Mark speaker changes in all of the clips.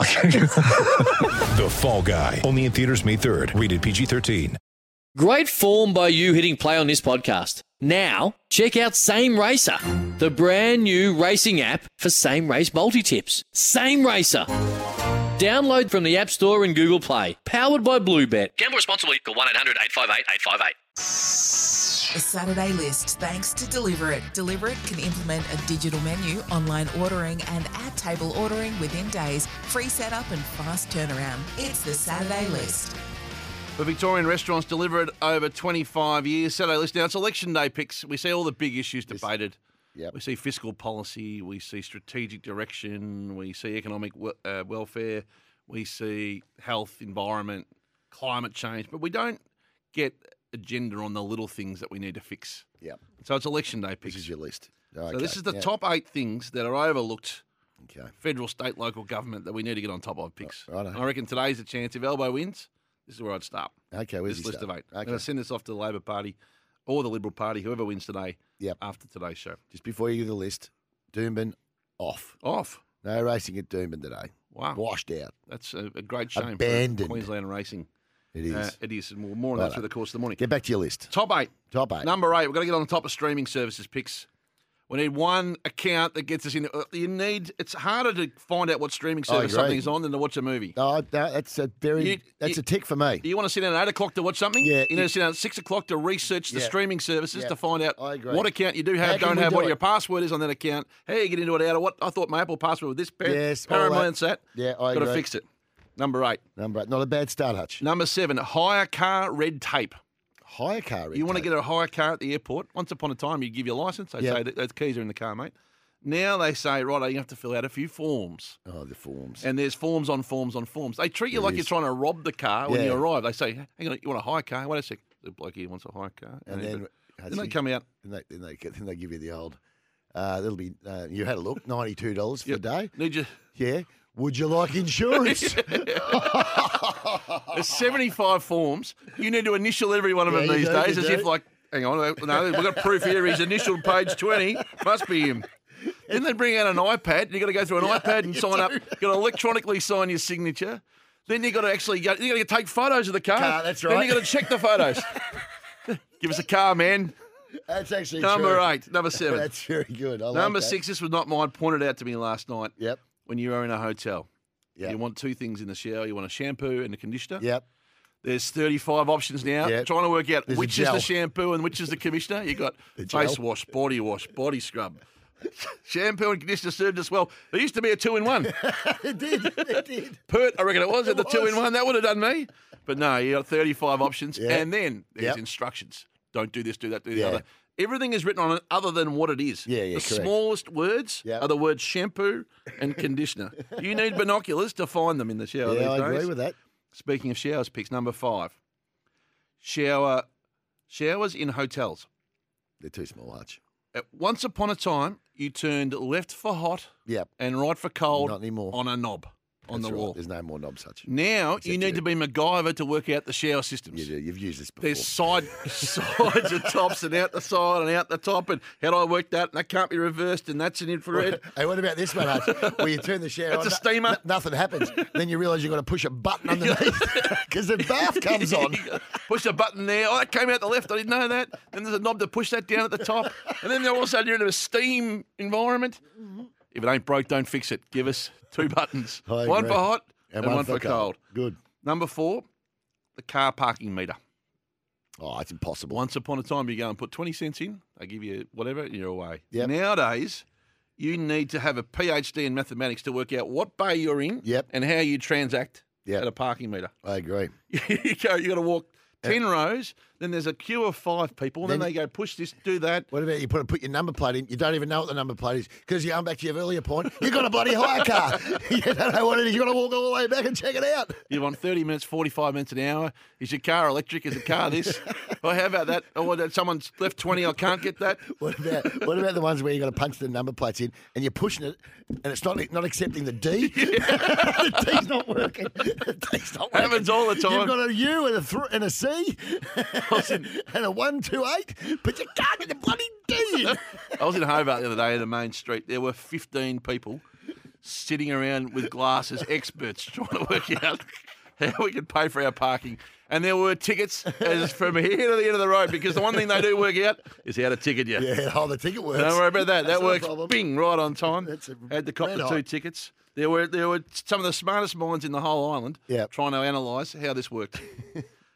Speaker 1: The Fall Guy. Only in theaters May 3rd. Rated PG-13.
Speaker 2: Great form by you hitting play on this podcast. Now, check out Same Racer, the brand new racing app for same race multi tips. Same Racer. Download from the App Store and Google Play. Powered by Bluebet. Gamble responsibly. Call 1 800 858 858.
Speaker 3: The Saturday list, thanks to Deliver It. Deliver It can implement a digital menu, online ordering, and at table ordering within days. Free setup and fast turnaround. It's the Saturday list.
Speaker 4: The Victorian restaurants deliver it over 25 years. Saturday list now, it's election day picks. We see all the big issues debated.
Speaker 5: Yep.
Speaker 4: We see fiscal policy, we see strategic direction, we see economic w- uh, welfare, we see health, environment, climate change, but we don't get agenda on the little things that we need to fix.
Speaker 5: Yep.
Speaker 4: So it's election day picks.
Speaker 5: This is your list.
Speaker 4: So this is the
Speaker 5: yeah,
Speaker 4: top eight things that are overlooked
Speaker 5: Okay.
Speaker 4: federal, state, local government that we need to get on top of picks.
Speaker 5: Righto. Oh,
Speaker 4: And I reckon today's the chance. If Elbow wins, this is where I'd start.
Speaker 5: Okay, where's
Speaker 4: this
Speaker 5: your
Speaker 4: list
Speaker 5: start?
Speaker 4: of eight. I'm
Speaker 5: Okay.
Speaker 4: going to send this off to the Labor Party or the Liberal Party, whoever wins today
Speaker 5: Yep.
Speaker 4: after today's show.
Speaker 5: Just before you do the list, Doomben off.
Speaker 4: Off.
Speaker 5: No racing at Doomben today.
Speaker 4: Wow.
Speaker 5: Washed out.
Speaker 4: That's a, a great shame for
Speaker 5: Abandoned.
Speaker 4: Queensland racing.
Speaker 5: It is.
Speaker 4: Uh, it is. And we'll more on that
Speaker 5: Righto.
Speaker 4: through the course of the morning.
Speaker 5: Get back to your list.
Speaker 4: Top eight.
Speaker 5: Top eight.
Speaker 4: Number eight. We're going to get on the top of streaming services picks. We need one account that gets us in. uh, You need. It's harder to find out what streaming
Speaker 5: I
Speaker 4: service
Speaker 5: agree.
Speaker 4: something's on than to watch a movie.
Speaker 5: No, I- no, that's a very
Speaker 4: You-
Speaker 5: that's
Speaker 4: you-
Speaker 5: a tick for me.
Speaker 4: Do you want to sit down at eight o'clock to watch something?
Speaker 5: Yeah,
Speaker 4: You need
Speaker 5: you-
Speaker 4: to sit down at six o'clock to research the
Speaker 5: Yeah.
Speaker 4: streaming services
Speaker 5: Yeah.
Speaker 4: to find out
Speaker 5: I agree.
Speaker 4: what account you do
Speaker 5: How
Speaker 4: have,
Speaker 5: can
Speaker 4: don't
Speaker 5: we
Speaker 4: have,
Speaker 5: do
Speaker 4: what
Speaker 5: it?
Speaker 4: your password is on that account, how you get into it, out of what I thought my Apple password was this pair,
Speaker 5: Yes, all that.
Speaker 4: Paramount's that.
Speaker 5: Yeah, I
Speaker 4: Got to
Speaker 5: agree.
Speaker 4: fix it. Number eight.
Speaker 5: Number eight. Not a bad start, Hutch.
Speaker 4: Number seven, hire car red tape.
Speaker 5: Hire car.
Speaker 4: you want to get a hire car at the airport. Once upon a time, you give your license. They
Speaker 5: Yeah.
Speaker 4: say, those keys are in the car, mate. Now they say, right, you have to fill out a few forms.
Speaker 5: oh the forms.
Speaker 4: And there's forms on forms on forms. They treat you like you're
Speaker 5: is.
Speaker 4: trying to rob the car when you
Speaker 5: Yeah.
Speaker 4: arrive. They say, hang on, you want a hire car? Wait a sec. The bloke here wants a hire car.
Speaker 5: And
Speaker 4: he-
Speaker 5: then-
Speaker 4: then they come out.
Speaker 5: Then they then they, get- then they give you the old. Uh, that'll be uh, you had a look ninety two dollars for
Speaker 4: "Yep,
Speaker 5: the day.
Speaker 4: Need you.
Speaker 5: Yeah. Would you like insurance?
Speaker 4: There's 75 forms. You need to initial every one of
Speaker 5: Yeah,
Speaker 4: them
Speaker 5: you
Speaker 4: these
Speaker 5: do,
Speaker 4: days
Speaker 5: you
Speaker 4: as
Speaker 5: do.
Speaker 4: if, like, hang on, uh, no, we've got proof here. He's initialed page 20. Must be him. Then they bring out an iPad. You've got to go through an iPad and sign up. You've got to electronically sign your signature. Then you've got to actually go, you've got to take photos of the car.
Speaker 5: Car, that's
Speaker 4: Then
Speaker 5: right.
Speaker 4: you've got to check the photos. Give us a car, man.
Speaker 5: That's actually
Speaker 4: Number
Speaker 5: true.
Speaker 4: eight, number seven.
Speaker 5: That's very good. I like
Speaker 4: Number
Speaker 5: that.
Speaker 4: six, this was not mine, pointed out to me last night.
Speaker 5: Yep.
Speaker 4: When you are in a hotel,
Speaker 5: Yep.
Speaker 4: you want two things in the shower. You want a shampoo and a conditioner.
Speaker 5: Yep.
Speaker 4: There's 35 options now.
Speaker 5: Yep.
Speaker 4: Trying to work out
Speaker 5: There's a
Speaker 4: which is the
Speaker 5: gel.
Speaker 4: shampoo and which is the conditioner. You got
Speaker 5: gel.
Speaker 4: face wash, body wash, body scrub. shampoo and conditioner served us well. There used to be a two in one.
Speaker 5: it did. It did.
Speaker 4: Pert, I reckon it was at the
Speaker 5: It
Speaker 4: two in
Speaker 5: was.
Speaker 4: one. That would have done me. But no, you got 35 options.
Speaker 5: Yeah.
Speaker 4: And then there's
Speaker 5: Yep.
Speaker 4: instructions. Don't do this, do that, do the
Speaker 5: Yeah.
Speaker 4: other. Everything is written on it other than what it is.
Speaker 5: Yeah, yeah,
Speaker 4: The
Speaker 5: correct.
Speaker 4: smallest words
Speaker 5: Yep.
Speaker 4: are the words shampoo and conditioner. you need binoculars to find them in the shower.
Speaker 5: Yeah,
Speaker 4: these
Speaker 5: I
Speaker 4: days.
Speaker 5: agree with that.
Speaker 4: Speaking of showers, picks number five. Shower showers in hotels.
Speaker 5: They're too small, Arch.
Speaker 4: At once upon a time, you turned left for hot
Speaker 5: Yep.
Speaker 4: and right for cold
Speaker 5: Not anymore.
Speaker 4: on a knob on
Speaker 5: That's
Speaker 4: the
Speaker 5: right.
Speaker 4: wall.
Speaker 5: There's no more knobs, Hutch.
Speaker 4: Now you
Speaker 5: you
Speaker 4: need to
Speaker 5: do.
Speaker 4: be MacGyver to work out the shower systems.
Speaker 5: You do. You've used this before.
Speaker 4: There's side sides and tops and out the side and out the top and how do I work that? And that can't be reversed and that's an infrared.
Speaker 5: Hey, what about this one, Hutch? Where you turn the shower
Speaker 4: That's
Speaker 5: on,
Speaker 4: a steamer.
Speaker 5: no- nothing happens. Then you realise you've got to push a button underneath because the bath comes on.
Speaker 4: push the button there. Oh, that came out the left. I didn't know that. Then there's a knob to push that down at the top. And then all of a sudden you're in a steam environment. If it ain't broke, don't fix it. Give us two buttons.
Speaker 5: I
Speaker 4: One for
Speaker 5: agree.
Speaker 4: hot and, one, for cold.
Speaker 5: Good.
Speaker 4: Number four, the car parking meter.
Speaker 5: Oh, it's impossible.
Speaker 4: Once upon a time, you go and put 20 cents in, they give you whatever, and you're away.
Speaker 5: Yep.
Speaker 4: Nowadays, you need to have a PhD in mathematics to work out what bay you're in
Speaker 5: Yep.
Speaker 4: and how you transact
Speaker 5: Yep.
Speaker 4: at a parking meter.
Speaker 5: I agree.
Speaker 4: you go, you got to walk 10 rows, Then there's a queue of five people, and then,
Speaker 5: Then-
Speaker 4: they go push this, do that.
Speaker 5: What about you put put your number plate in? You don't even know what the number plate is because you come back to your earlier point. You got a bloody hire car. you don't know what it is. You got to walk all the way back and check it out.
Speaker 4: You want 30 minutes, 45 minutes an hour. Is your car electric? Is the car this? oh, how about that? Oh, that someone's left 20. I can't get that.
Speaker 5: What about what about the ones where you got to punch the number plates in and you're pushing it and it's not not accepting the D? the D's not working. The D's not working.
Speaker 4: Happens all the time.
Speaker 5: You've got a U and a thr and a C and a one two eight, but you can't get the bloody D in.
Speaker 4: I was in Hobart the other day in the main street. There were 15 people sitting around with glasses, experts trying to work out how we could pay for our parking. And there were tickets as from here to the end of the road because the one thing they do work out is how to ticket you.
Speaker 5: Yeah, oh, the ticket works.
Speaker 4: Don't worry about that.
Speaker 5: That's
Speaker 4: that
Speaker 5: not a
Speaker 4: works
Speaker 5: problem.
Speaker 4: bing right on time.
Speaker 5: That's a
Speaker 4: Had to cop
Speaker 5: red
Speaker 4: the
Speaker 5: hot.
Speaker 4: two tickets. There were there were some of the smartest minds in the whole island
Speaker 5: Yep.
Speaker 4: trying to analyse how this worked.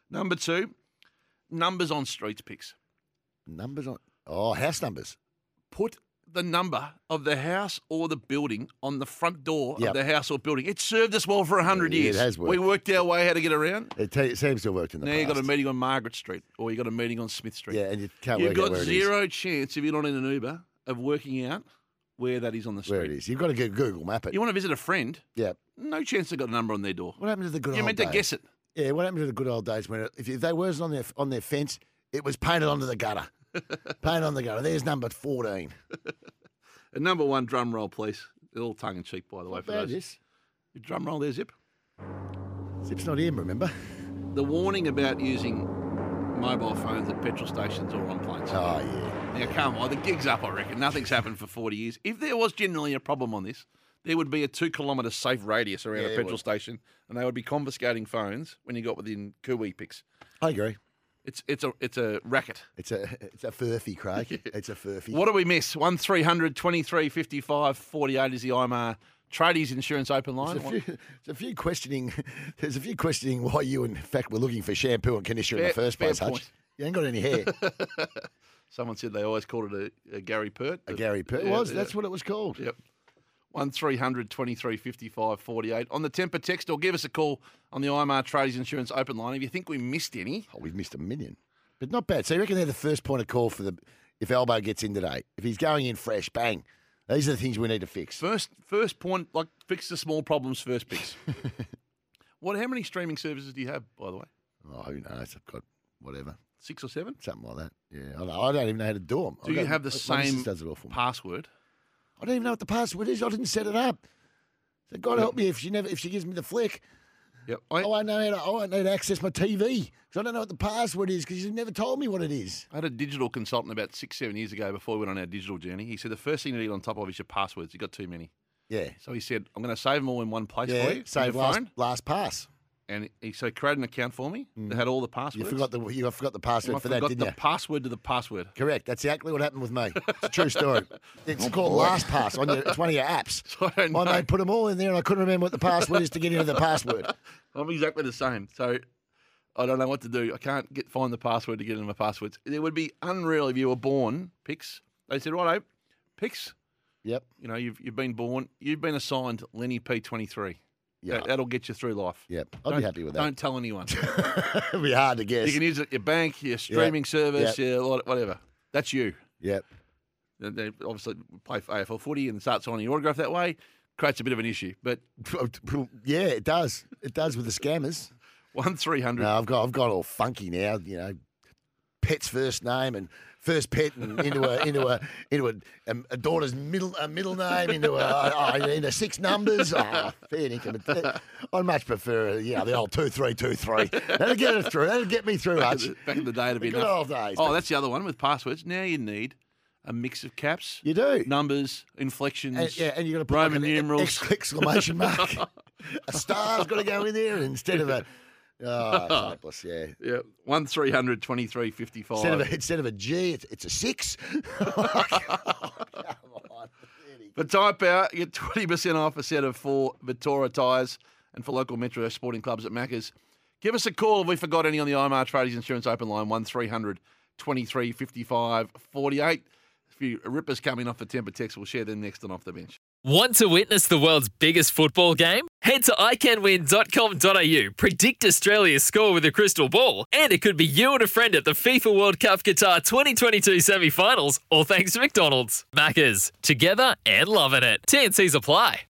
Speaker 4: Number two, numbers on streets picks.
Speaker 5: Numbers on oh house numbers.
Speaker 4: Put the number of the house or the building on the front door
Speaker 5: Yep.
Speaker 4: of the house or building. It served us well for hundred
Speaker 5: Yeah, it
Speaker 4: years.
Speaker 5: has
Speaker 4: We
Speaker 5: worked.
Speaker 4: worked our way how to get around.
Speaker 5: It, ta- it seems to have worked in the
Speaker 4: Now
Speaker 5: past.
Speaker 4: you got a meeting on Margaret Street or you got a meeting on Smith Street.
Speaker 5: Yeah, and you can't
Speaker 4: You've
Speaker 5: work out
Speaker 4: got
Speaker 5: where it is.
Speaker 4: zero chance if you're not in an Uber of working out where that is on the street.
Speaker 5: Where it is. You've got to go Google map it.
Speaker 4: You want to visit a friend?
Speaker 5: yeah.
Speaker 4: No chance they got a number on their door.
Speaker 5: What happened to the good
Speaker 4: You're
Speaker 5: old
Speaker 4: meant
Speaker 5: days?
Speaker 4: to guess it.
Speaker 5: Yeah, what happened to the good old days when it, if they wasn't on their on their fence, it was painted onto the gutter. painted on the gutter. There's number fourteen.
Speaker 4: A number one drum roll, please. A little tongue in cheek, by the way, for
Speaker 5: Bad,
Speaker 4: those.
Speaker 5: this.
Speaker 4: Your Drum roll there, Zip.
Speaker 5: Zip's not in, remember?
Speaker 4: The warning about using mobile phones at petrol stations or on planes.
Speaker 5: Oh yeah.
Speaker 4: Now, come on, the gig's up, I reckon. Nothing's happened for 40 years. If there was generally a problem on this, there would be a two kilometre safe radius around
Speaker 5: Yeah,
Speaker 4: a
Speaker 5: there
Speaker 4: petrol
Speaker 5: would.
Speaker 4: station, and they would be confiscating phones when you got within Kiwi picks.
Speaker 5: I agree.
Speaker 4: It's, it's, a, it's a racket.
Speaker 5: It's a it's a furphy, Craig. It's a furphy.
Speaker 4: What do we miss? 1300 23 55 48 is the IMR Tradies Insurance Open Line.
Speaker 5: There's a, few, there's a few questioning. There's a few questioning why you, in fact, were looking for shampoo and conditioner in the
Speaker 4: Fair-
Speaker 5: first
Speaker 4: fair
Speaker 5: place, Hutch.
Speaker 4: point.
Speaker 5: You ain't got any hair.
Speaker 4: Someone said they always called it a, a Gary Pert.
Speaker 5: A Gary Pert was. That's what it was called.
Speaker 4: Yep. 1300 23 55 48. On the temper text or give us a call on the IMR Tradies Insurance open line if you think we missed any.
Speaker 5: Oh, we've missed a million, but not bad. So you reckon they're the first point of call for the if Elbow gets in today. If he's going in fresh, bang. These are the things we need to fix.
Speaker 4: First first point, like fix the small problems first picks. what how many streaming services do you have, by the way?
Speaker 5: Oh, who knows? I've got whatever,
Speaker 4: Six or seven?
Speaker 5: something like that. Yeah, I don't, I don't even know how to do them.
Speaker 4: Do you have the same
Speaker 5: Does it all for me.
Speaker 4: password?
Speaker 5: I don't even know what the password is. I didn't set it up. So God help me if she never if she gives me the flick.
Speaker 4: Yep.
Speaker 5: I won't know how to, I won't know to access my TV because I don't know what the password is because you've never told me what it is.
Speaker 4: I had a digital consultant about six, seven years ago before we went on our digital journey. He said the first thing you need on top of is your passwords. You've got too many.
Speaker 5: Yeah.
Speaker 4: So he said, I'm going to save them all in one place for
Speaker 5: Yeah.
Speaker 4: you.
Speaker 5: Save
Speaker 4: your
Speaker 5: last
Speaker 4: phone.
Speaker 5: last pass.
Speaker 4: And he so he created an account for me that had all the
Speaker 5: Mm. You
Speaker 4: passwords.
Speaker 5: forgot the you forgot the
Speaker 4: And I
Speaker 5: password for that,
Speaker 4: forgot
Speaker 5: didn't
Speaker 4: the
Speaker 5: you?
Speaker 4: password to the password.
Speaker 5: Correct. That's exactly what happened with me. It's a true story. It's called LastPass. On your, it's one of your apps.
Speaker 4: So Oh, I don't
Speaker 5: My
Speaker 4: know.
Speaker 5: mate put them all in there, and I couldn't remember what the password is to get into the password.
Speaker 4: I'm exactly the same. So I don't know what to do. I can't get find the password to get into my passwords. It would be unreal if you were born, Pix. They said, righto, Pix,
Speaker 5: Yep.
Speaker 4: you know, you've, you've been born, you've been assigned Lenny P23.
Speaker 5: Yeah.
Speaker 4: That, will get you through life.
Speaker 5: Yep. I'd
Speaker 4: Don't-
Speaker 5: be happy with that.
Speaker 4: Don't tell anyone.
Speaker 5: It'd be hard to guess.
Speaker 4: You can e- use it at your bank, your streaming service, your what- whatever. That's you.
Speaker 5: Yep.
Speaker 4: They- They obviously play for AFL footy and start signing your autograph that way. Creates a bit of an issue. But
Speaker 5: Yeah, it does. It does with the scammers.
Speaker 4: 1300.
Speaker 5: No, I've got I've got all funky now. You know, pet's first name and first pet and into a into a into a, a, um, a daughter's middle a middle name into a oh, into six numbers. Oh, fair income. I much prefer you know the old two three two three. That'll get it through. That'll get me through. Hutch.
Speaker 4: Back in the day, it'd be
Speaker 5: The good
Speaker 4: enough.
Speaker 5: old days.
Speaker 4: Oh, that's the other one with passwords. Now you need a mix of caps,
Speaker 5: You do.
Speaker 4: numbers, inflections,
Speaker 5: And, yeah, and you got to put like
Speaker 4: Roman
Speaker 5: an
Speaker 4: numerals.
Speaker 5: ex- exclamation mark. a star's got to go in there instead of a. Oh, it's hopeless, yeah.
Speaker 4: yeah, one three hundred twenty three fifty
Speaker 5: Instead of,
Speaker 4: five.
Speaker 5: a, instead of a G, it's, it's a six.
Speaker 4: For type out, you get twenty percent off a set of four Vittora tyres, and for local Metro sporting clubs at Macca's, give us a call if we forgot any on the IMR Tradies Insurance Open Line one 23 55 48 A few rippers coming off the temper text. We'll share them next and off the bench.
Speaker 6: Want to witness the world's biggest football game? Head to iCanWin.com.au, predict Australia's score with a crystal ball, and it could be you and a friend at the FIFA World Cup Qatar 2022 semi finals, all thanks to McDonald's. Maccas, together and loving it. TNCs apply.